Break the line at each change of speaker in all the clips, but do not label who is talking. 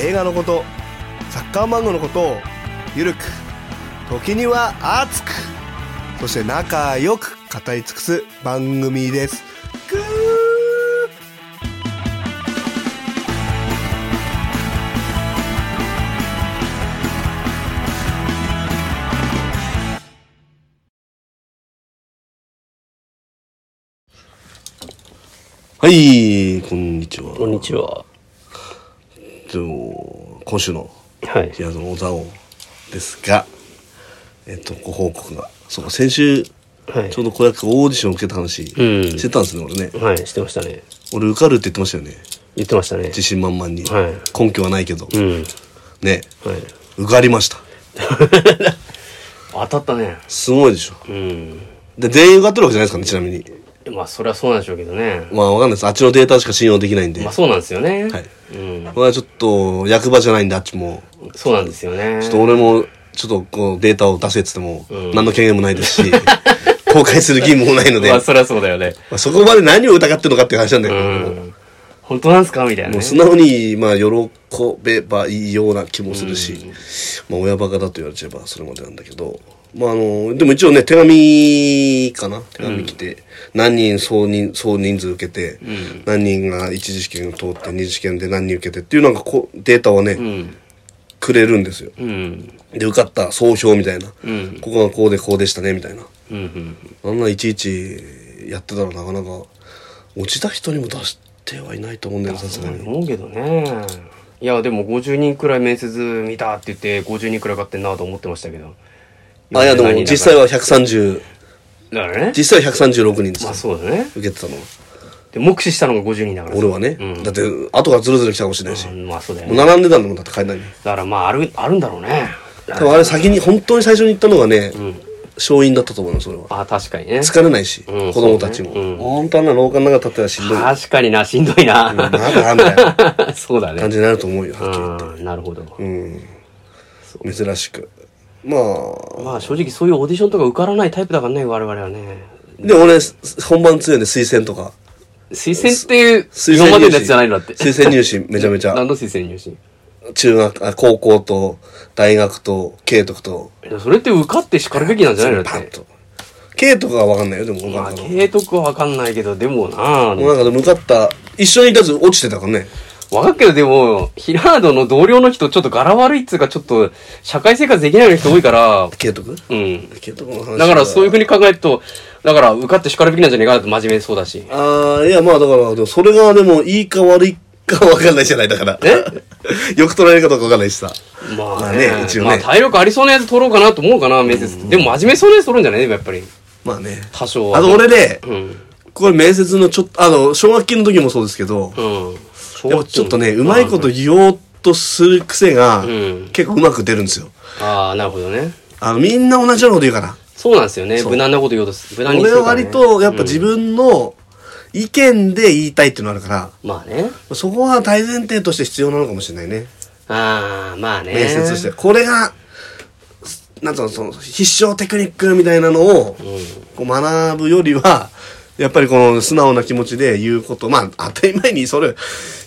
映画のことサッカー漫画のことをゆるく時には熱くそして仲良く語り尽くす番組ですぐーはい、こんにちは。
こんにちは。
えっと今週の
はい
平野の小沢ですが、えっと、ご報告がそうか先週ち
はい。
ょうど子役オーディション受けた話
うん
してたんですね、俺ね
はい、してましたね。
俺受かるって言ってましたよね
言ってましたね。
自信満々に、
はい
根拠はないけど、
うん。
ね
はい。
受かりました
当たったね。
すごいでしょ
うん。
で全員受かってるわけじゃないですかねちなみに
まあ、それはそうなんでしょうけどね。
まあわかんないですあっちのデータしか信用できないんで、
まあ、そうなんですよね。
はい
うん。
これはちょっと役場じゃないんであっちも
そうなんですよね。
ちょっと俺も、ちょっとこうデータを出せって言っても、
うん
何の権限もないですし、公開する義務もないので、
まあ、それはそうだよね。
まあそこまで何を疑ってるのかっていう話なんだけ
う
ど、
ん。本当なんすかみたいなね。
もう素直に、まあ、喜べばいいような気もするし、まあ、親バカだと言われちゃえばそれまでなんだけど、まあ、あの、でも一応ね、手紙かな手紙来て、何人総人、総人数受けて、何人が一次試験を通って、二次試験で何人受けてっていうなんかこう、データはね、
うん。
くれるんですよ。
うん。
で、受かった総評みたいな。
うん。
ここがこうでこうでしたねみたいな
うん。うん。
あんないちいちやってたらなかなか落ちた人にも出してはいないと思うんだよなさすがに
思うけどね。いや、でも50人くらい面接見たって言って、50人くらい買ってんなと思ってましたけど。
あいやでも
47
実際。は130
だからね。
実際は136人ですよ、
まあ、そうだね。
受けてたのは
で、目視したのが50人だからさ。
俺はね、
うん
だって後がずるずる来たかもしれないし、
うんまあそうだよ
もう
ね。だ
並んでたんだもんだって帰んないの
からまあある、あるんだろうね。
多分あれ先に本当に最初に行ったのがね、
ん
勝因だったと思うのそれは
あ確かにね。
疲れないし、
うん
子供たちも、
そうねうん
本当あんな廊下の中立ってたらしんどい、
確かにな、しんどい
なん
な。
だなんだよ
そうだ
感
ね。
じになると思うよはっきり言って
うん、なるほど。
うん、珍しくまあ
まあ正直そういうオーディションとか受からないタイプだからね、我々はね。
で俺す本番強いんで推薦とか
推薦っていう、
推
今
薦
まで
入
のやつ
試
じゃないのだって。
推薦入試めちゃめちゃ
何の推薦入試
中学あ高校と大学と慶徳と
いやそれって受かって叱るべきなんじゃないのだ
パ
っ
ン
て。
と慶徳は分かんないよでも分
ま
か
あ、
んない
継続はわかんないけど、でもな
もうなんかでも受かった一緒にいたやつ落ちてたからね
わかるけど、でも、ヒラードの同僚の人、ちょっと柄悪いっつうか、ちょっと、社会生活できないような人多いから、
慶徳
うん。
慶徳の話
だからそういう
う
ふうに考えると、だから受かって叱るべきなんじゃねえかなと真面目そうだし。
ああいやまあだからでもそれがでもいいか悪いか分かんないじゃないだから
え
よく取られるかどうか分かんないしさ
ま
まあ
あ
ね
ね、
一応ね
まあ体力ありそうなやつ取ろうかなと思うかな、面接って。でも真面目そうなやつ取るんじゃないやっぱり。
まあね
多少は。
あと俺ね、
うん。
これ面接のちょっと、あの、奨学金の時もそうですけど、
うん。
やっぱちょっとね、うまいこと言おうとする癖が
ん、
結構うまく出るんですよ。
ああ、なるほどね。
あの、みんな同じようなこと言うから。
そうなんですよね。無難なこと言おうとす。無難にす
俺
る
は
から、ね。
割と、やっぱ自分の意見で言いたいっていうのがあるか
まあね。
ら、そこは大前提として必要なのかもしれないね。
ああ、まあね。
面接として。。これが、なんつうの、その、必勝テクニックみたいなのを、こう学ぶよりは、やっぱりこの素直な気持ちで言うこと、まあ当たり前にそれ、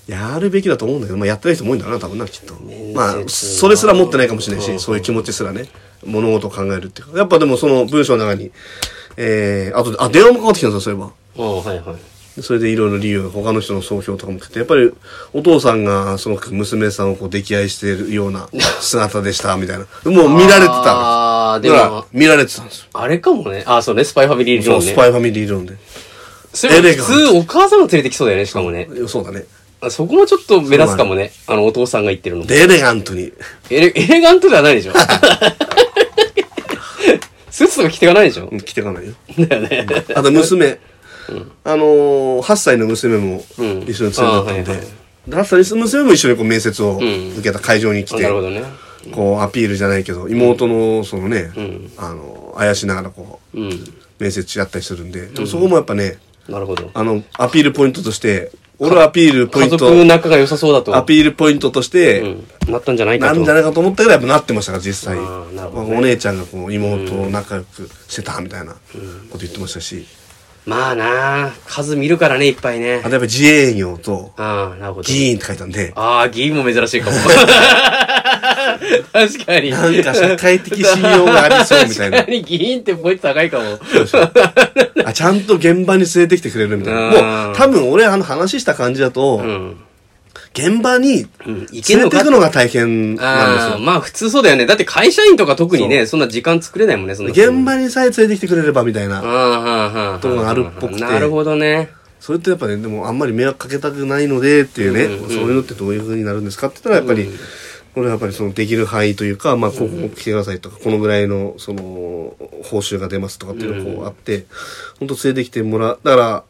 やるべきだと思うんだけど、まあやってない人も多いんだろうな、多分な、きっと。まあ、それすら持ってないかもしれないし、そういう気持ちすらね、物事を考えるっていうか。やっぱでもその文章の中に、えー、あとで、あ、電話もかかってきたんですよ、そういえば。
うん、はいはい。
それでいろいろ理由が他の人の総評とかも来て、やっぱりお父さんがすごく娘さんをこう溺愛しているよう な姿でした、みたいな。もう見られてたんです。
あーでも
だから見られてたんですよ。
あれかもね。ああ、そうね。スパイファミリー理
そ
論
う、
ね。
スパイファミリー理論で。
それ
エレ
普
ガン
通お母さんも連れてきそうだよね、しかもね。
そうだね。
あそこもちょっと目立つかもね。あの、お父さんが言ってるのも。
でエレガントに。
エレエレガントではないでしょスーツとか着てかないでしょ
うん来てかないよ。
だよね。
あと娘。あのー、8歳の娘も一緒に連れてったん
あーはい
で
はい。
ダッサリス娘も一緒にこう面接を
ん
受けた会場に来
あ
て、
なるほどね。
こうアピールじゃないけど、妹のそのね、
ん
あの、怪しながらこう、
うん。
面接し合ったりするんで、でもそこもやっぱね、
なるほど。
あの、アピールポイントとして、俺はアピールポイ
家
ン
族
ト、
仲が良さそうだと。
アピールポイントとして、
うん。なったんじゃないか
な
と。
んじゃないかと思ったけど、やっぱなってましたから、実際。
あーなるほどね
お姉ちゃんがこう、妹を仲良くしてた、みたいなこと言ってましたし。
まあなあ、数見るからね、いっぱいね
あ。とやっぱ自営業と、
ああ、なるほど。
議員って書いたん で、
ああ、議員も珍し いかも。確かに。
なんか社会的信用がありそうみたいな
確かに議員ってポイント高いかも。
あ、ちゃんと現場に連れてきてくれるみたいな。
あー
もう、多分俺あの話した感じだと、
うん。
現場に
うん
連れ
行
て
けんのか
いくのが大変なん
ああ、
で
まあ普通そうだよね。だって会社員とか特にね、そんな時間作れないもんね、そんな。
すよ。現場にさえ連れてきてくれればみたいな。
ああ、
とがあるっぽくて
なるほどね。
それってやっぱね、でもあんまり迷惑かけたくないのでっていうね、
うんうん
そういうのってどういう風になるんですかって言ったらやっぱり、これはやっぱりそのできる範囲というか、まあ、ここ来てくださいとか、このぐらいの、その、報酬が出ますとかっていうのがこうあって、本当連れてきてもらう。だから、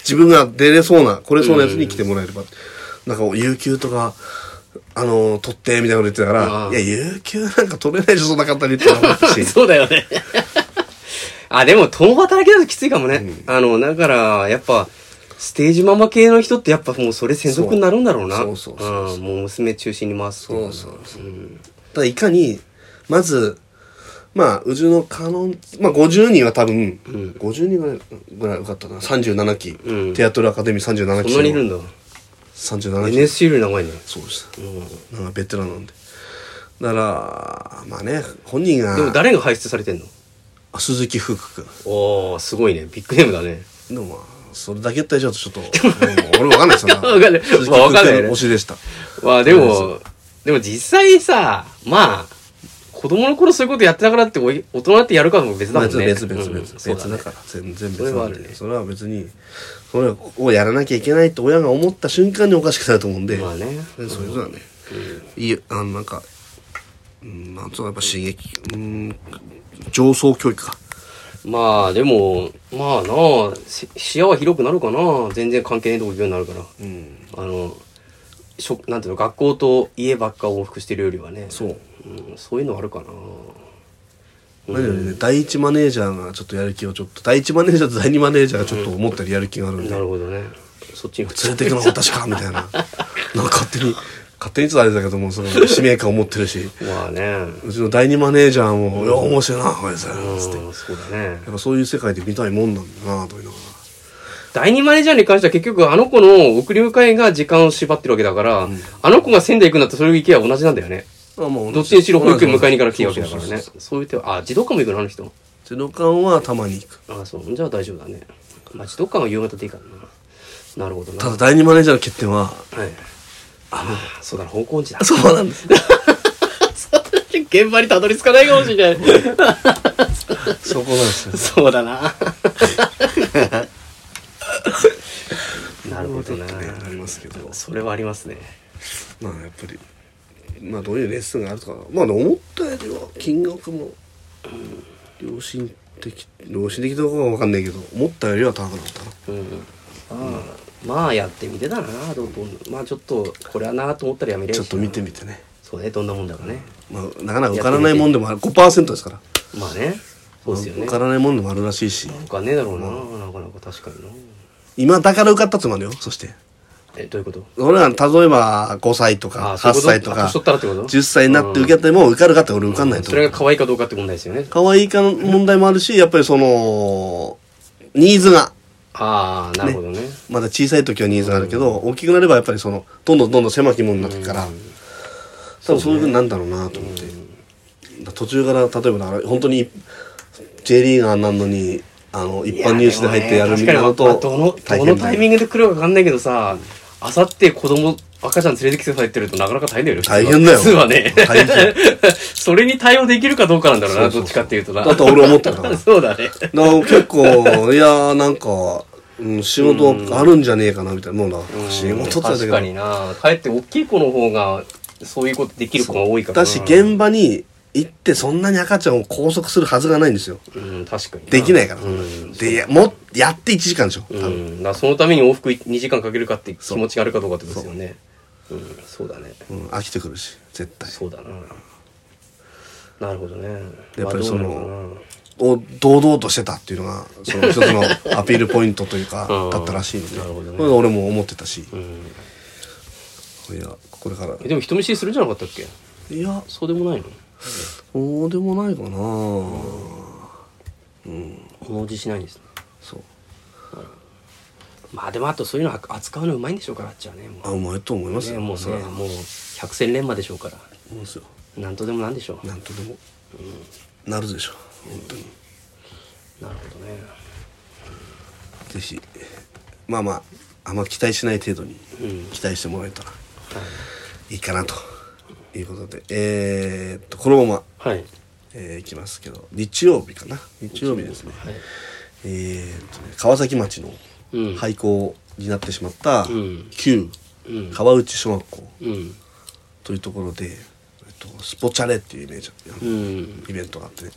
自分が出れそうな、来れそうなやつに来てもらえれば。なんか、有給とか、あの、取って、みたいなこと言ってたから、
あ。
いや、有給なんか取れないでしょ、そんな簡単にって思ったし
そうだよね。あ、でも、共働きだときついかもね。あの、だから、やっぱ、ステージママ系の人ってやっぱもうそれ専属になるんだろうな。
そうそうそうそ
んもう娘中心に回すっていのは。
そうただいかに、まず、まあ、うちのカノン、まあ、50人は多分、50人ぐらいぐらい受かったな。37期、
うん
テアトルアカデミー37期。
そんなにいるんだ。
37期。
NSC より長いね。
そうです。なんかベテランなんで。だから、まあね、本人
でも
が、
誰が輩出されてんの
あ鈴木福君。
おー、すごいね。ビッグネームだね。
でもまあ、それだけ言ったらちょっと、ちょっと、うん俺わかんないですよ。
わかんない
鈴木
まあわ
福
かんない
君の推しでした。
まあでも、でも実際さ、まあ、子供の頃そういうことやってたからって、おい大人ってやるかも別だもんね。
別別別
うん
別
そうだ
別
ね
だから全然
それ
別
は
な
あ
ん
るね
でそれは別にそれをやらなきゃいけないって親が思った瞬間におかしくなると思うんで
まあね。
そういうことだねいいあのなんかうんなんつうのやっぱ刺激うん上層教育か
まあでも、まあなあ、せ視野は広くなるかな。全然関係ないとこ行くようになるから。
うん
あの、しょなんていうの、学校と家ばっか往復してるよりはね。
そう
うん、そういうのあるかな。
何よりね第一マネージャーがちょっとやる気をちょっと第一マネージャーと第二マネージャーがちょっと思ったよりやる気があるんで
な
連
るほどね。そっちに普
れてくの私かみたいななんか勝手に勝手につあれだけどもその使命感を持ってるし
まあね。
うちの第二マネージャーも「いや面白いなこれさ」
うん、
つってや
そうだね。
っぱそういう世界で見たいもんなんだなと思いなが
第二マネージャーに関しては結局あの子の送り迎えが時間を縛ってるわけだから、あの子が仙台行くんだったらそれ行けば同じなんだよね。
らあもう
どっちにしろ保育園迎えに行かなくていいわけだから
そうそうそ
ね
うそう。
そういう手は、あ、児童館も行くのあの人。
児童館はたまに行く
あそう。じゃあ大丈夫だね。まあ、児童館は夕方でいいからな。なるほどな。
た
は。
だ第二マネージャーの欠点はい
あそうだ、方向音痴だ。
そうなんです
現場にたどり着かないかもしれない。
そこなんですよ
そうだな。 なるほどな。
ありますけど
それはありますね。
まあやっぱりまあどういうレッスンがあるとかまあでも思ったよりは金額も良心的良心的とかは分かんないけど思ったよりは高くなったな
うん。まあやってみてだなどうどんまあちょっとこれはなと思ったらやめれる
ちょっと見てみてね
そうねどんなもんだかね
まあなかなか受からないもんでもある5%ですから
まあねそうですよね
受からないもんでもあるらしいし
なんかねえだろうな、なかなか確かにな
今だから受かったつもあるよそして
えどういうこと
俺ら例えば5歳とか
あそ
8
ういうこと
歳と
あ
か
年取ったらってこと
10歳になって受けても受かるかって俺受かんないと
それが可愛いかどうかって問題ですよね
可愛いかの問題もあるしやっぱりそのニーズが
ああなるほどね
まだ小さい時はニーズがあるけど大きくなればやっぱりそのどんどんどんどん狭き門になってくから多分そういうふうになんだろうなと思ってだから途中から例えばだから本当に J リーガーなんのにあの一般入試で入ってやるみたいなの
確かにまあ
と
どの
大
ど
変
の
だ
タ
よ
イミングで来るか分かんないけどさあさって子供赤ちゃん連れてきてさってるとなかなか大変だよね
大変だよ
普通はね
大変
それに対応できるかどうかなんだろうな
そうそうそう
どっちかっていうとな
だと俺思った から
そうだね
だから結構、いやーなんか、うん、仕事あるんじゃねえかなみたいな、もうな、仕事って
確かになかえって大きい子の方がそういうことできる子が多いからな
だし現場に行ってそんなに赤ちゃんを拘束するはずがないんですよ。
うん、確かに。
できないから。
うん。
で、やも、やって1時間でしょ。多
う
分
ん、だからそのために往復2時間かけるかって気持ちがあるかどうかってことですよね。うん、そうだね。
うん、飽きてくるし、絶対。
そうだな。なるほどね。
やっぱり
まあ
その
どうなのか
を堂々としてたっていうのが、その一つのアピールポイントというか
うん、
だったらしいので、
なるほどね
これ俺も思ってたし、
なうん
いや、これから。
えでも人見知りするんじゃなかったっけ
いや、
そうでもないの
そうでもないかな、
物おじしないんですね。
そう。
まあでもあとそういうの扱うのうまいんでしょうからあっちはね。も
あ、うまいと思いま
う
す
ね
よ。
もう
それ
ね、
は。思
もう百戦錬磨でしょうから。
いますよ。
なんとでもなんでしょう。
なんとでも、なるでしょう。本当に。
なるほどね。
ぜひ、まあまあ、あんま期待しない程度に
うん
期待してもらえたらいいかなということで、えーっと、このまま、
はい。はい。
えーいきますけど、日曜日かな。日曜日ですね。
はい。
えーっとね、川崎町の
うん
廃校になってしまった
うん
旧
うん
川内小学校
うん。
というところで、えっと、スポチャレっていうイメージ、
うん。
イベントがあってね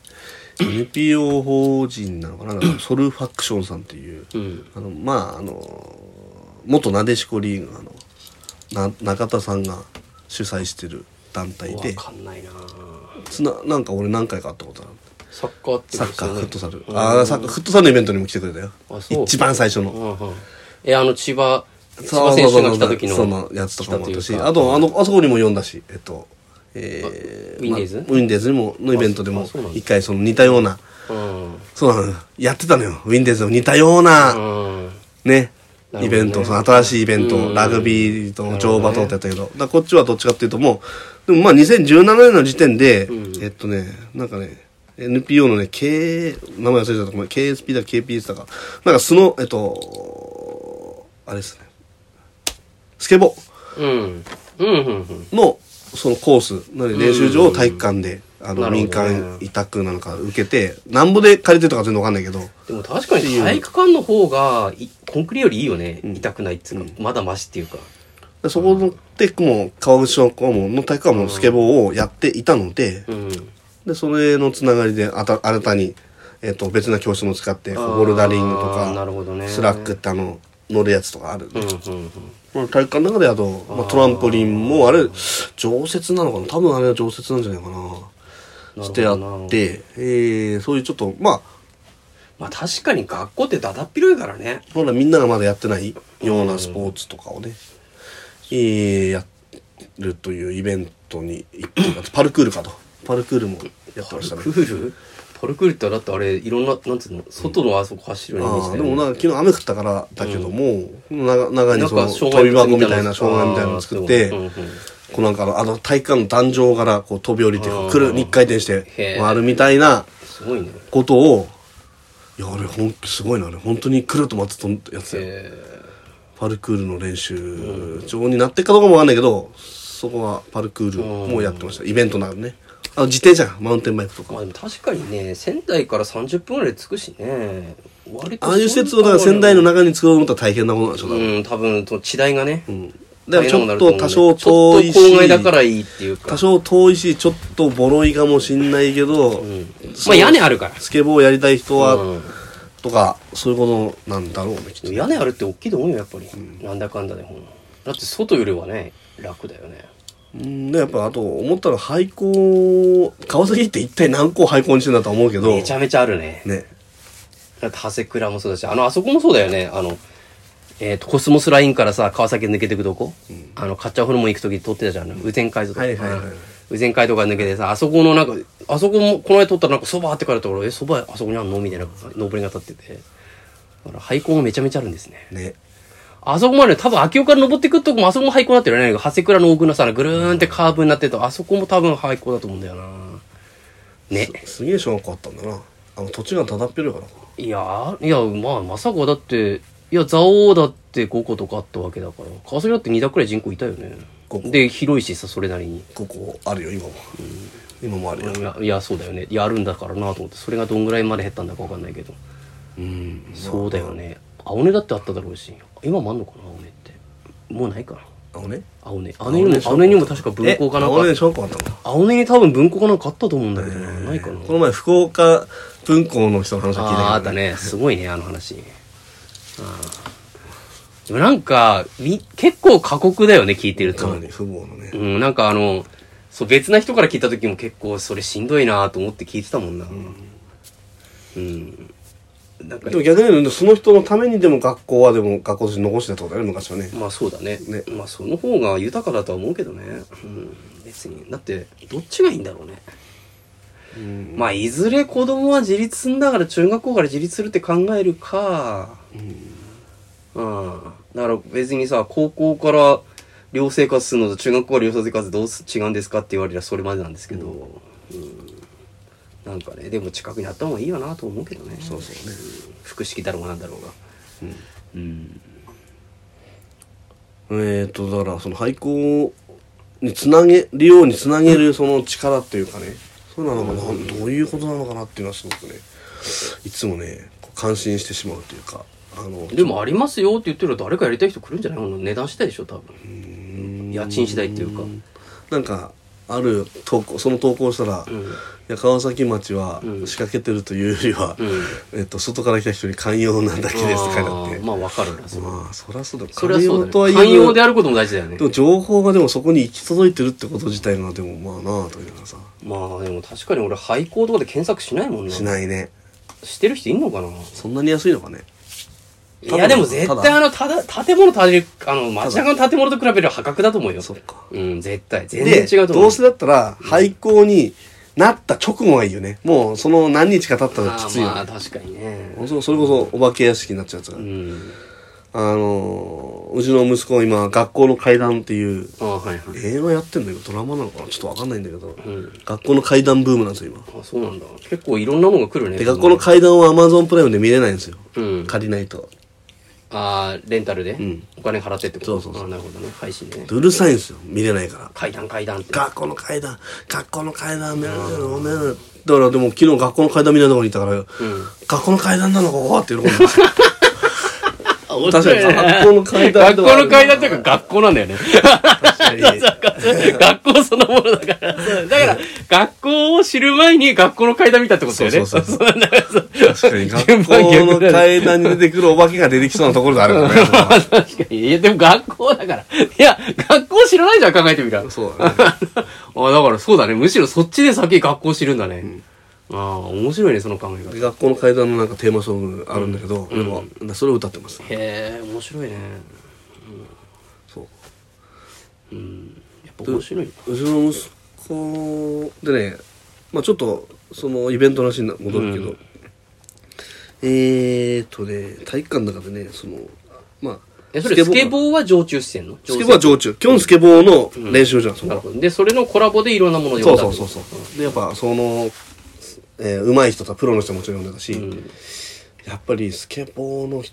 NPO 法人なのかなだからソルファクションさんっていう、
うん。
あのまああの元なでしこリーグのな中田さんが主催してる団体
わ
で
かんないな
つななんか俺何回か会ったことある
サッカーって
サッ
ことです
カ
よね
ーフットサルああサッカーフットサルのイベントにも来てくれたよ
あそう
一番最初の
うんうんえあの千葉千
そ
葉
う
選
そ
手
う
が
そう
来た時の
そのやつとかもあった
来
し、
というか
あと、あの、あそこにも読んだし、えっと、え
あ Windays？
まあ Windows にも、のイベントで
あ
も
そうなん、だ
一回その似たような、
うん
そうなのよやってたのよ。Windows の似たような、
うん
ね、
なるほどね
イベント、その新しいイベン
う
ト、
ん
ラグビーと乗馬とってやったけど、だからこっちはどっちかっていうともう、でもまあ2017年の時点で、
うん
えっとね、なんかね、NPO のね、K、名前忘れちゃったごめん、KSP だか KPS だか、なんかその、えっと、あれですね、スケボー。
うんうんうん
のそのコースなり練習場を体育館で、あ
な
の
るほどね
民間委託なんか受けてなんぼで借りてとか全然わかんないけど
でも確かに体育館の方がいコンクリよりいいよね痛くないっつうかまだマシっていうか
でそこのでもう川口小学校もの体育館もスケボーをやっていたので
うん
でそれのつながりであた新たに、えっと別な教室も使って
あー
ボルダリングと
なるほどね
かスラックってあの乗るやつとかあるんで
うんうんうん
まあ体育館の中であと、まあ、トランポリンもあれ常設なのかな多分あれは常設なんじゃないかなしてあ
なるほど
っ
な
て、えー、そういうちょっとまあ
まあ確かに学校ってだだっ広いからね
まだみんながまだやってないようなスポーツとかをね、えーやるというイベントに行ってますパルクールかと。パルクールもやって
パ
ま
ル
したね
ク。ールパルクールってだってあれいろんななんつうの外のあそこ走るように
ああ、でもなんか昨日雨降ったからだけども、長中にその
障
飛
害
び箱
物
みたいな障害みたいなのを作って、
あーうんうん
こうなんかあのあの体育館の壇上からこう飛び降りて
あー
くる、一回転して
へー
回るみたいな
すごいね
ことを、いや、あれほんとすごいな、あれ本当に来ると待って飛んやつだよ
え
パルクールの練習場になってるかどうかもわかんないけど、そこはパルクールもやってました。イベントなのね。あの自転車がマウンテンバイクと
ーまあ
か。
でも確かにね仙台から30分ぐらいで着くしね割と
ああいう施設をだから仙台の中に作ろうと思ったら大変なことなんでしょう、多
う
分
ん多分その地代がね、
うん。だからちょっと多少
ちょ
遠い
っと郊外だから
し、
いいっていうか
多少遠いし、ちょっとボロいかもしんないけど、
まあ屋根あるから
スケボーやりたい人
う
は
ん、
とか、そういうことなんだろうね、きっと。
屋根あるって大きいと思うよやっぱり、なんだかんだでほんだって外よりはね楽だよね
うんで、やっぱあと思ったら廃校、川崎って一体何校廃校にしてんだとは思うけど、
めちゃめちゃあるね
ね。
だって長谷倉もそうだしあのあそこもそうだよねあのえっ、とコスモスラインからさ川崎抜けてくとこ、あのカッチャホルモン行く時撮ってたじゃん羽前街とか
はいはいはい
羽前街とか抜けてさあそこのなんかあそこもこの間撮ったらなんかそばって書いてあるところえそばあそこにあんのみたいなのぼりが立っててだから廃校もめちゃめちゃあるんですね
ね。
あそこまで多分秋岡から登ってくるとこもあそこも廃校になってるよね。長谷倉の奥のさ、ぐるーんってカーブになってると、あそこも多分廃校だと思うんだよな。ね。
すげえ小学校あったんだなあの土地がただっぺるから
いや、いや、まあ、まさかだって、いや、蔵王だって5個とかあったわけだから、川崎だって2だくらい人口いたよね
五。個
で、広いしさ、それなりに。
ここあるよ今も、今もあるよ
いや、いやそうだよね。やるんだからなと思って、それがどんぐらいまで減ったんだかわかんないけど。
うん
そうだよね。青根だってあっただろうし、今もあんのかな、青根って。もうないかな。
青ね
青ね青ねにも青ねにも確か文庫かなん
え青根で
か
小学校あったの
青ねに多分文庫かなんかあったと思うんだけどなないかな
この前福岡文庫の人の話を聞いたけど、
ああーあったねすごいねあの話あーでもなんかみ結構過酷だよね聞いてる
かな
と
り父母のね
うんなんかあのそう別な人から聞いた時も結構それしんどいなと思って聞いてたもんなうん、なんか
でも逆に言うとその人のためにでも学校はでも学校として残してたってことだよね昔はね
まあそうだね
ね
まあその方が豊かだとは思うけどね、うん、別にだってどっちがいいんだろうね
うん
まあいずれ子供は自立すんだから中学校から自立するって考えるかうんだから別にさ高校から寮生活するのと中学校から寮生活どうす違うんですかって言われりゃそれまでなんですけど、うんなんかねでも近くにあった方がいいよなと思うけどね
そうそうね
複式だろうなんだろうがうん、
えー、とだからその廃校につなげるようにつなげるその力っていうかねそうなのかな、どういうことなのかなっていうのはすごくねいつもねこう感心してしまうというかあの
でもありますよって言ってるら誰かやりたい人来るんじゃないの値段次第でしょ多分
うん
家賃次第っていうか
なんかある投稿その投稿したら、
うん
いや川崎町は
うん
仕掛けてるというよりは、えっと、外から来た人に寛容なんだけですって書いてあって
あーまあわかるなそれは
まあそりゃそうだ
それはそうだ、ね、
とはいえ
寛容であることも大事だよね
でも情報がでもそこに行き届いてるってこと自体がでもまあなあというかさ
まあでも確かに俺廃校とかで検索しないもんな
しないね
してる人いんのかな
そんなに安いのかね
いやでも絶対あのただ建物建てあの街中の建物と比べる破格だと思うよ
そっか
うん絶対全
で
然違うと思う
どうせだったら廃校になった直後がいいよねもうその何日か経ったら
あ
きつい
ー
よ
まあ
ね
確かにね
そうそれこそお化け屋敷になっちゃうやつが、
うん
あのーうちの息子は今学校の階段っていう
ああはいはい
映画やってんだけどドラマなのかなちょっとわかんないんだけど
うん
学校の階段ブームなんですよ今
あそうなんだ結構いろんなものが来るね
で学校の階段は Amazon プライムで見れないんですよ
うん
借りないと
ああレンタルで、
ん
お金払ってってこと
そうそうそう
あーなるほどね配信でね
でうるさいんですよ見れないから
階段階段って
学校の階段学校の階段めるめるめるだからでも昨日学校の階段見ないところにいたから、学校の階段なのここって喜んでた
確
確かに学校の階段
学校の階段っていうか学校なんだよね
確かに
学校そのものだからだから学校を知る前に学校の階段見たってことだよね
そうそう
そうだからそう
確かに
順
学
番逆
校の
だね
階段に出てくるお化けが出てきそうなところであるからね
確かに。いや、でも学校だから。いや、学校知らないじゃん、考えてみ たら。
そうだね
あだからそうだね。むしろそっちで先学校知るんだね。ああ、面白いね、その考え方。
で
へ
学校の階段のなんかテーマソングあるんだけど、でもそれを歌ってます
え、面白いね。
そう
やっぱ面白いな。
うちの息子でね、まあ、ちょっとそのイベントの話にな戻るけど、
うん
えーっとね体育館の中でねそのまあ
え、それスケ
ー
ボーは常駐してんの
スケボーは常駐基本スケボーの練習じゃん、そ
なる
の
ほど。で、それのコラボでいろんなものを
そ
読
うん
だ
そう
って
そ
こ
う
と
そう、でやっぱその、えー、上手い人とかプロの人ももちろん読んでたし、やっぱりスケボーのひ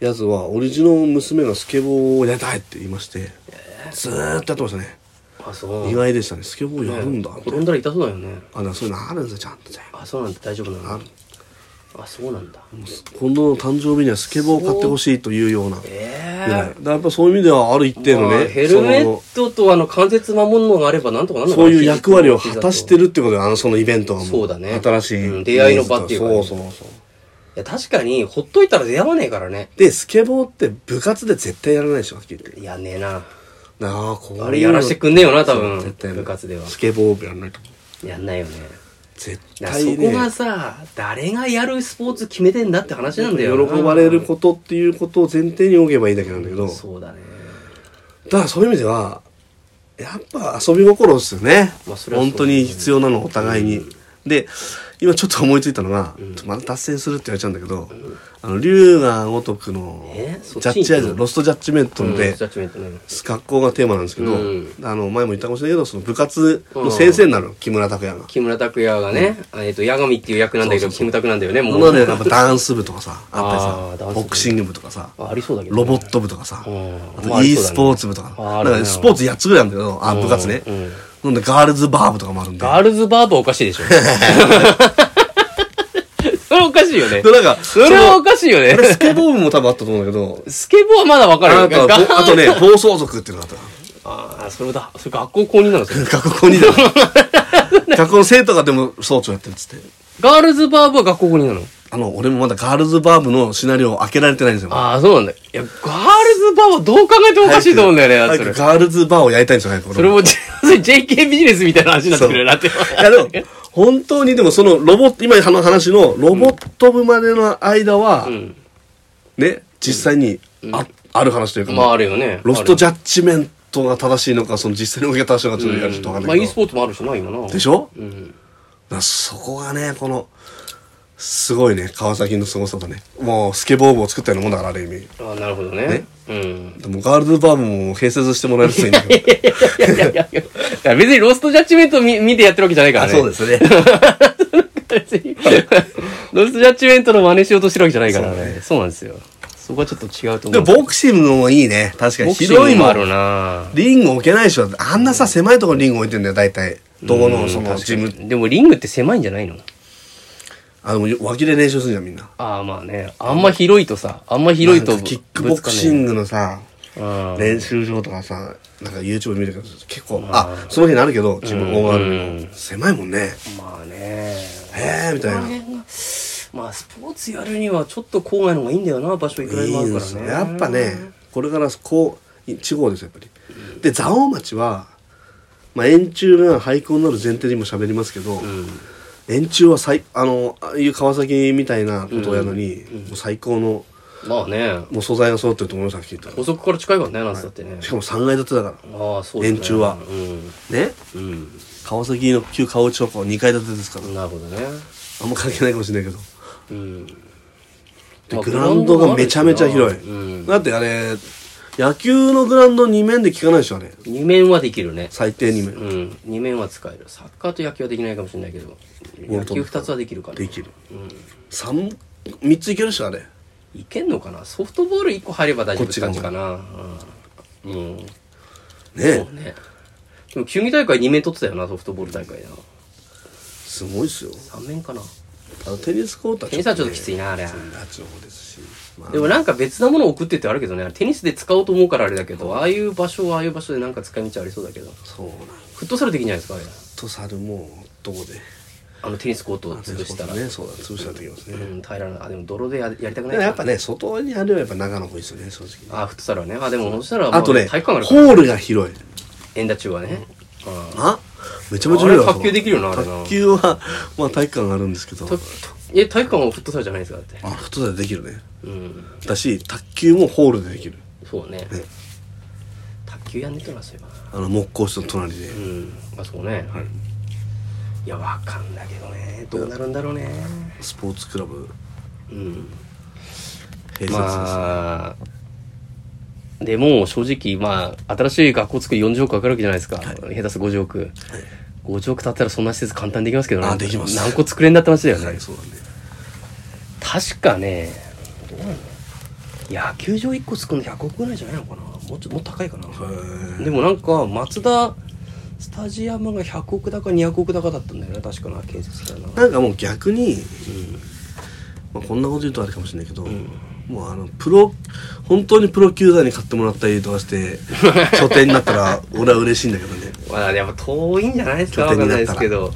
やつはオリジナルの娘がスケボーをやりたいって言いまして、ずーっとやってましたね
あ、そう。
意外でしたねスケボーやるんだ、
ね転んだら痛そうだよね。
あ、だからそういうのあるんですよ、ちゃんとね。
あ、そうなんだ。大丈夫な
あ
の
る
あ、そうなんだ。
今度の誕生日にはスケボーを買ってほしいというような。ぐら
え
い。だ
え。
からやっぱそういう意味ではある一定の
まあ
ね、
ヘルメ
その
ットとあの関節守るのがあればなんとかなるのか
そ
な
ういう役割を果たして
い
るってことで、あの、そのイベントはもう。
そうだね
新しい、
うん出会いの場っていうかね
そうそうそう。
や確かにほっといたら出会わねえからね
で、スケボーって部活で絶対やらないでしょ、はっきり言って。
いやねえな
なあ、こういうの
あれやらしてくんねえよな多分
絶対やらない
部活では
スケボー部やらないと。
やんないよね
絶
だから
対
そ
ね。
こがさ、誰がやるスポーツ決めてんだって話なんだよな
喜ばれることっていうことを前提に置けばいいだけなんだけど、だ
そうだね
からそういう意味では、やっぱ遊び心ですよね。
まあそれはそう
本当に必要なの、お互いに。で、今ちょっと思いついたのが、
ん
ちょっとまた脱線するって言われちゃうんだけど、あの、龍が如くの、
え
ジ
そっち
ャッジアイズ、
うん
ロストジャッジメント
うん
で、
ジャッジメントね
学校がテーマなんですけど、
うん
あの、前も言ったかもしれないけど、その部活の先生になるの、木村拓哉が。
木村拓哉がね、あえっと矢神っていう役なんだけど
そうそうそう
キムタクなんだよねも
今
う
までやっぱダンス部とかさ、あ
あ
っ
ー
た
ダ
りさ、
ンス
ボ
部
クシング部とかさ、
あありそうだけどね、
ロボット部とかさ、
うん
あ
ま
と
あ
e スポーツ部とか、
あ
だ
ある
か
ね
らスポーツ8つぐらいあるんだけど、あ、部活ね
う。ん
なんでガールズバー部とかもあるんで。
ガールズバーブおかしいでしょ それおかししいよね
で、。なんか、
それはおかしいよ
あ
ね。
れ、スケボー部も多分あったと思うんだけ ど、
スケボーはまだわかる
あ
よ。
とは
学
ぼあとね、暴走族っていうのがあっ
ああ、それだ。それ学校公認なのそれ
た。学校にだ。学校の生徒がでも総長やってるっつって。
ガールズバーブは学校公認なの
あの、俺もまだガールズバーブのシナリオを開けられてないんですよ。
ああ、そうなんだ。いや、ガールズバーはどう考えてもおかしいと思うんだよね、そ
早
れ
く。ガールズバーをやりたいんですよ、早く。
それも、JK ビジネスみたいな話になってくるよなって。
いやでも、本当にでもそのロボット、今の話のロボット部までの間は、
ん
ね、実際にあ,、る話というか、
まあ、あるよね。
ロストジ
ャ
ャッジメントが正しいのか、その実際の動きが正しいのかちょっと
ッ
ちょっとわかん
ま
な
あ、
い
e
け
ス
ど。
ポーツもあるしな、今な。
でしょ
うん。
だそこがね、この、すごいね、川崎の凄さだね。もうスケボー部を作ったようなもんだから、ある意味。
ああ、なるほどね。うん。
でもガールズバーブも併設してもらえるといいんだけど。
いやいやいやいやいや、別にロストジャッジメント見見てやってるわけじゃないからね。す。
すね。
別に。ロストジャッジメントの真似しようとしてるわけじゃないからね。そうなんですよ。そこはちょっと違うと 思
で
う。
もボクシングもいいね。確かに。
ボクシン
広
グ
い
も
も
あ
ん
るな
リング置けないでしょ。あんなさ、狭いところにリング置いてんだよ、大体。どこの、その、ジム。
でもリングって狭いんじゃないの
あの、脇で練習するじゃん、みんな。
ああ、まあね。あんま広いとさ、あんま広いと
なんかキックボクシン
グ。
グのさ、
うん。
練習場とかさ、なんか YouTube 見るけど、結構、あ、その日になるけど、自分、大
う
ーの狭いもんね。
まあね。
へえ、みたいな。い
まあスポーツやるにはちょっと郊外の方がいいんだよな、場所いくらでもあ
い
る
で
か
す
ら
ね。
ね。
やっぱね、これから、こう、地方ですよ、やっぱり。で、蔵王町は、まあ、円柱が廃校になる前提にも喋りますけど、
うん。
円柱は最、あの、ああいう川崎みたいなことをやるのに、もう最高の、
まあね。
もう素材が揃ってると思いますさっき言った
補足から近いからね、なんつだってね。
しかも3階建てだか
ああ、そうですね。
連中は
うん。
らね
うん。
川崎の旧川内高校2階建てですから
なるほどね。
あんま関係ないかもしれないけど
うん。
で
まあ
グラウンドがめちゃめちゃ広い、
うん。
だってあれ野球のグラウンド2面で効かないでしょあれ
二面はできるね。
最低2面、
うん。二面は使える。サッカーと野球はできないかもしれないけど、野
本当
球二つはできるから。
できる
うん。
3, 3ついけるでしょあれ
いけんのかなソフトボール1個入れば大
こ
丈夫
っ
っ
ち
て
が
感じかな。うん。うん。
ね
そうね。でも、球技大会2面取ってたよな、ソフトボール大会な。
すごいっすよ
3面かな。
あのテニスコートは
テニスはちょっときついな、あれ。
あっちの方ですし、まあ
でもなんか別なものを送ってってあるけどね、あれテニスで使おうと思うからあれだけど、ああいう場所はああいう場所でなんか使い道ありそうだけど、
そうなん
フットサルできんじゃないですか、あれ。
とサルもどこで
あのテニスコートを潰したら。
ねそうだ潰したらできますね、
うん、平らな。あ、でも泥でややりた
で
くない
も
か
やっぱね外にあるよりはやっぱ長野方がいいですよね正直
あ、フットサルはね。あ、でもそしたら、
あとね、ホ
体育館があるから。
ールが広い。
円打中はね。うん
あめちゃめちゃ広いわ
あれ卓球できるよなあれな
卓球は、まあ体育館があるんですけど、
ととえ体育館はフットサルじゃないですかだって
あ、フットサルできるね。
うん
だし、卓球もホールでできる。
そうね
ね
卓球やんねえとなそういえば
あの、木工室の隣で。
うんあそこね、い、やわかんだけどねどうなるんだろうね
スポーツクラブ、
うん
併設です。
まあでも正直まあ新しい学校作り40億かかるわけじゃないですか、下手する50億、50億経ったらそんな施設簡単にできますけどね
あできます
何個作れんだって話だよね、
はい、そうだね。
確かねどうなの野球場1個作るの100億ぐらいじゃないのかなもうちょもっと高いか
へ
な、
ー
でもなんか松田スタジアムが100億だか200億だかだったんだよね確かな建設したな
なんかもう逆に、まあ、こんなこと言うとあれかもしれないけど、もうあの、プロ、本当にプロ球団に買ってもらったりとか して、拠点になったら、俺は嬉しいんだけどね。
まあやっぱ遠いんじゃないです
拠
かわ
点
か
に
ん
な
な
っ
い
たら
ですけど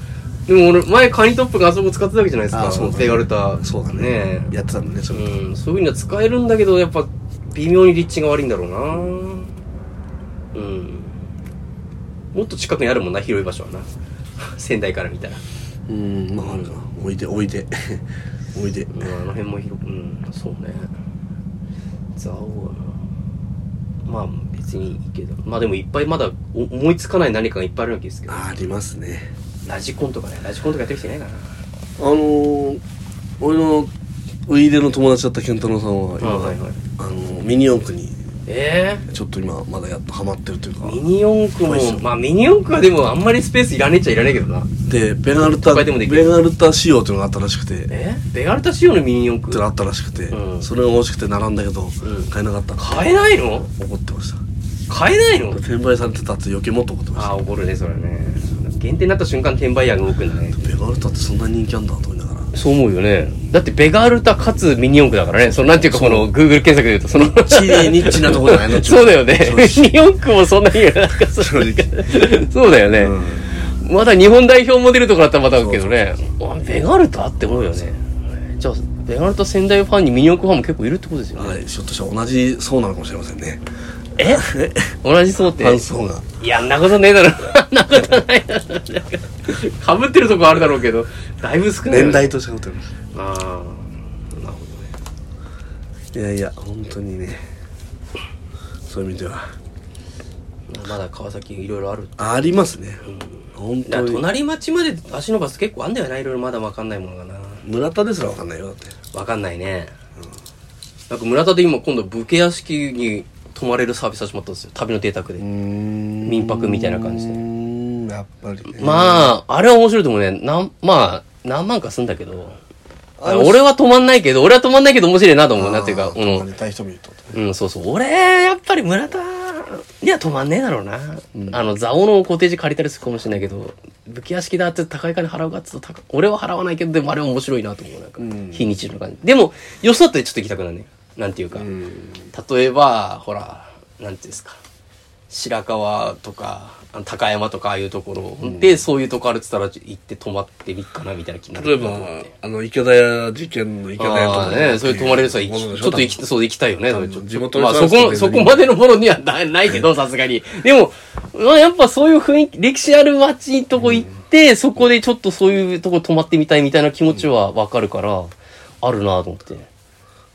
でも俺前カニトップがあそこ使ってたわけじゃないです
あ
か
そうだね
手がれた
そうだね。
ねえ
やってたんだね、それ。
うんそういうのは使えるんだけどやっぱ微妙に立地が悪いんだろうなうんもっと近くにあるもんな広い場所はな 仙台から見たら
うん、まああるかな。おいで、おい で。おいで。
うん、あの辺も広くうんそうね蔵王はまあ別にいいけどまあでもいっぱいまだお思いつかない何かがいっぱいあるわけですけど
ありますね。
ラジコンとかねラジコンとかやってる人いないかな
あのー、俺のウイイレの友達だった健太郎さんは今、
はいはい
あのーミニ四駆に
え
ちょっと今まだやっとハマってるというか
えミニ四駆
そうです
も
よ
まあミニ四駆はでもあんまりスペースいらねえっちゃいらねえけどな
でベガルタ
都会でもできる
ベガルタ仕様っていうのがあったらしくてって
えベガルタ仕様のミニ四
いうの
駆
があったらしくて、
うん
それが欲しくて並んだけど、
ん
買えなかった
買えないの
怒ってました
買えないの
転売されてたって余計もっと怒ってまし
ああ怒るねそれね限定になった瞬間転売屋が動くんだね
たベガルタってそんな人気あんだと思いながら
そう思うよね。だって、ベガルタかつミニ四駆だからね。その、なんていうか、この、Google 検索で言うと、その、
チリニッチなとこじゃない の
そうだよね。
そう
ミ
です
ニ四駆もそんなに言わなんかそ
正直
そうだよね。
うん
まだ日本代表モデルとかだったらまたあるけどね。あベガルタって思うよね。じゃあ、ベガルタ仙台ファンにミニ四駆ファンも結構いるってことですよね。
はい、ひょっとしたら同じそうなのかもしれませんね。
え同じそうって。
感想が。
いや、んなことねえだろ。 んなことないだろ。かぶってるとこあるだろうけど、だいぶ少ないよね。
年代としてってます。
ああ。なるほどね。
いやいや、本当にね。そういう意味では。
まだ川崎いろいろある。
ありますね。本
だ
当
から
に。
隣町まで足伸ばす結構あんだよな、いろいろまだわかんないものがな。
村田ですらわかんないよ、だって。
わかんないね。なんか村田で今今度武家屋敷に泊まれるサービス始まったんですよ。旅の邸宅で。民
民
泊みたいな感じで
で。やっぱりね。
まあ、あれは面白いと思うね。なん、まあ、何万かすんだけど。
あの
俺は止まんないけど、俺は止まんないけど面白いなと
あ
思
ー、
うなっていうか、この
泊まりたい人もいるってこと
うん、そうそう。俺、やっぱり村田には止まんねえだろうな。あの、蔵王のコテージ借りたりするかもしれないけど、武器屋敷だって高い金払うかっつうと高俺は払わないけど、でもあれ面白いなと思う。なんか、
ん
非日常の感じ。でも、よそだったらちょっと行きたくなるね。なんていうか。
ん
例えば、ほら、なんていうんですか。白川とか、あの高山とかああいうところ、で、そういうとこあるっつったら行って泊まってみっかな、みたいな気になる。
例えば、あの、池田屋事件の池田屋と
あ
か
あね、それ泊まれる人は行き、
ものでし
ちょっと行き、そう行きたいよね。
多分
それちょっと
地元の
まあ
人
そ
は
こ、
別
そ
に
こまでのものにはなないけど、さすがに。でも、まあ、やっぱそういう雰囲気、歴史ある街のとこ行って、そこでちょっとそういうとこ泊まってみたいみたいな気持ちはわかるから、あるなと思って。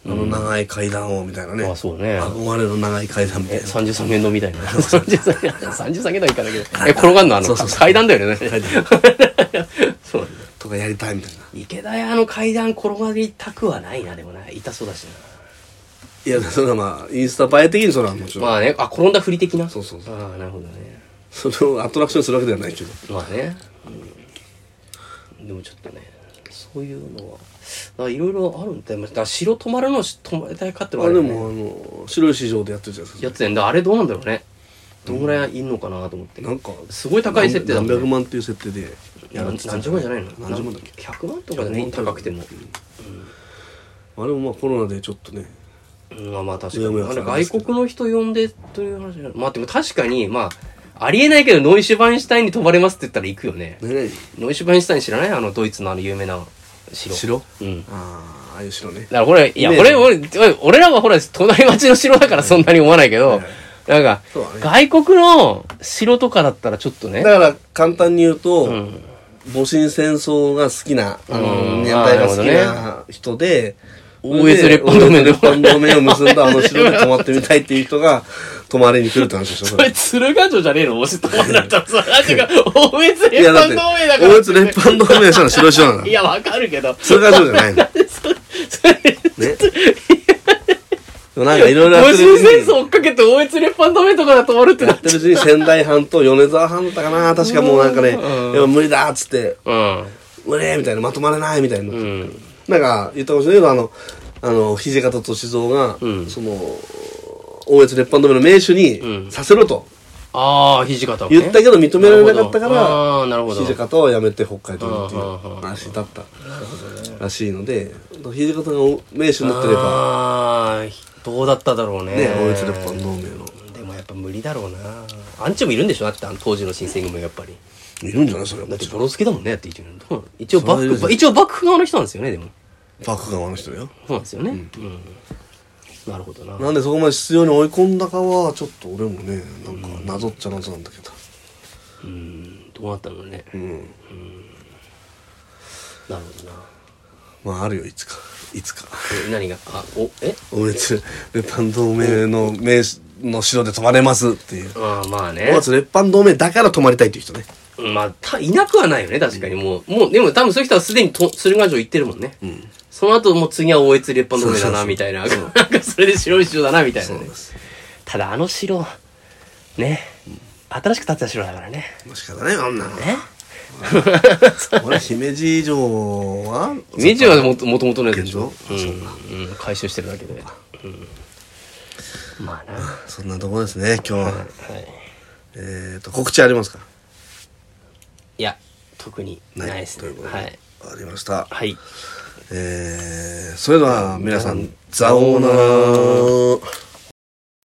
あの長い階段をみたいなね。
あそうね
憧れの長い階段みたいな。
33面倒みたいな。33面倒、33面倒いかないけど。え、転がんのあの、
そうそうそう
階段だよね。そうなんだ
とかやりたいみたいな。
池田屋の階段転がりたくはないな、でもな。痛そうだしな。
いや、それはまあ、インスタ映え的にそれはもちろん。
まあね、あ、転んだふり的な。
そうそうそう
ああ、なるほどね。
それをアトラクションにするわけではないけど。
まあね。うん、でもちょっとね、そういうのは、だいろいろあるんだよ。だから城泊まるのし泊まりたいかってのは
あれで
よね
も、あの、白い市場でやってるじゃないです
や
か。
つね。だからあれどうなんだろうね。どんぐらいいんのかなと思って。
なんか、
すごい高い設定だもんね
何百万っていう設定でやる
何
って言って
十
た
万じゃないの
何十万だっけ
?100 万とかでね、高くても。
あれもまあコロナでちょっとね、
うん、まあまあ確
い
か
や
に。
まあ
あの外国の人呼んでという話じゃないまあでも確かに、まあ、ありえないけど、ノイシュバインシュタインに泊まれますって言ったら行くよね。
ね
ノイシュバインシュタイン知らないあの、ドイツのあの有名な城。
城
うん。
ああ、ああいう城ね。
だからこれ、いや、
ねえ
俺、俺、俺俺らはほら、隣町の城だからそんなに思わないけど、なんか
そうだ、ね
外国の城とかだったらちょっとね
だ、から簡単に言うと、
ん
戊辰戦争が好きな、あ
うん
の、年代が好き
あ
な人で、
大江戸列藩同
大江戸
盟
列藩同盟を結んだあの城で泊まってみたいっていう人が泊まりに来るって話でしょ、そ
こ
れ
れ、鶴ヶ城じゃねえの押し止まられたらさ、なんていうか、大別
い
列
やだっ
藩
て、
同盟だから。
大津列藩同盟したの白石なんだ
い。や、わかるけど。
それがそうじゃないの。ね。
それで、
でもなんかいろいろやっ
戊
て
辰
る
戦
うち
争
に、
追っかけて大越列藩同盟とかが止まるってな
や
っ
ってるうちに仙台藩と米沢藩だったかな、確かもうなんかね、
うん
でも無理だっつって、
うん。
無理みたいな、まとまれないみたいな。
うん。
なんか言ったかもしれないけど、あの、あの、土方歳三が、
うん
その、大越列藩同盟の名手
う
に
ん
させろと
ああ、土方もね
言ったけど認められなかったから、
ああー、なるほど。
土方を辞めて北海道にってい
あーあーあ
う
ー
話だったらしいので、土方が名手になってれば、
ああどうだっただろうね
ね、大越列藩同盟の。
でもやっぱ無理だろうなアンチもいるんでしょだってあの当時の新選組もやっぱり
いるんじゃないそれは
だ
も
って
ちろん。
ボロ好きだもんねだって一応一応バ
そうい
ッ
う人
ク一応幕府側の人なんですよねでも
幕側の人だよ。
そうなんですよねうん、なるほどな
なんでそこまで必要に追い込んだかは、ちょっと俺もね、なんか謎っちゃ謎なんだけど。
うんどうなったのね
うん。
なるほどな
まああるよ、いつか。いつか。
え何があおえ
俺つ、列藩同盟の名士の城で泊まれますっていう。
ああまあね
まず列藩同盟だから泊まりたいっていう人ね。
まあたいなくはないよね確かにもう、もうでも多分そういう人はすでにと鶴ヶ城行ってるもんね、その後もう次は大越立派の上だなみたいな なんかそれで白い城だなみたいなね、
す。
ただあの城ね、新しく建てた城だからね
もしかだね、あんなの。
え
俺、姫路城は
明治はもともともとのやつでしょ
現
う
状あそ
ん、うん、改修してるだけで、うん、まあなは
そんなとこですね、今日は。
い
えっと、告知ありますか
いや特にないですね
ないということで
はい
ありました。
はい。
えー、それでは皆さん、ザオーナー。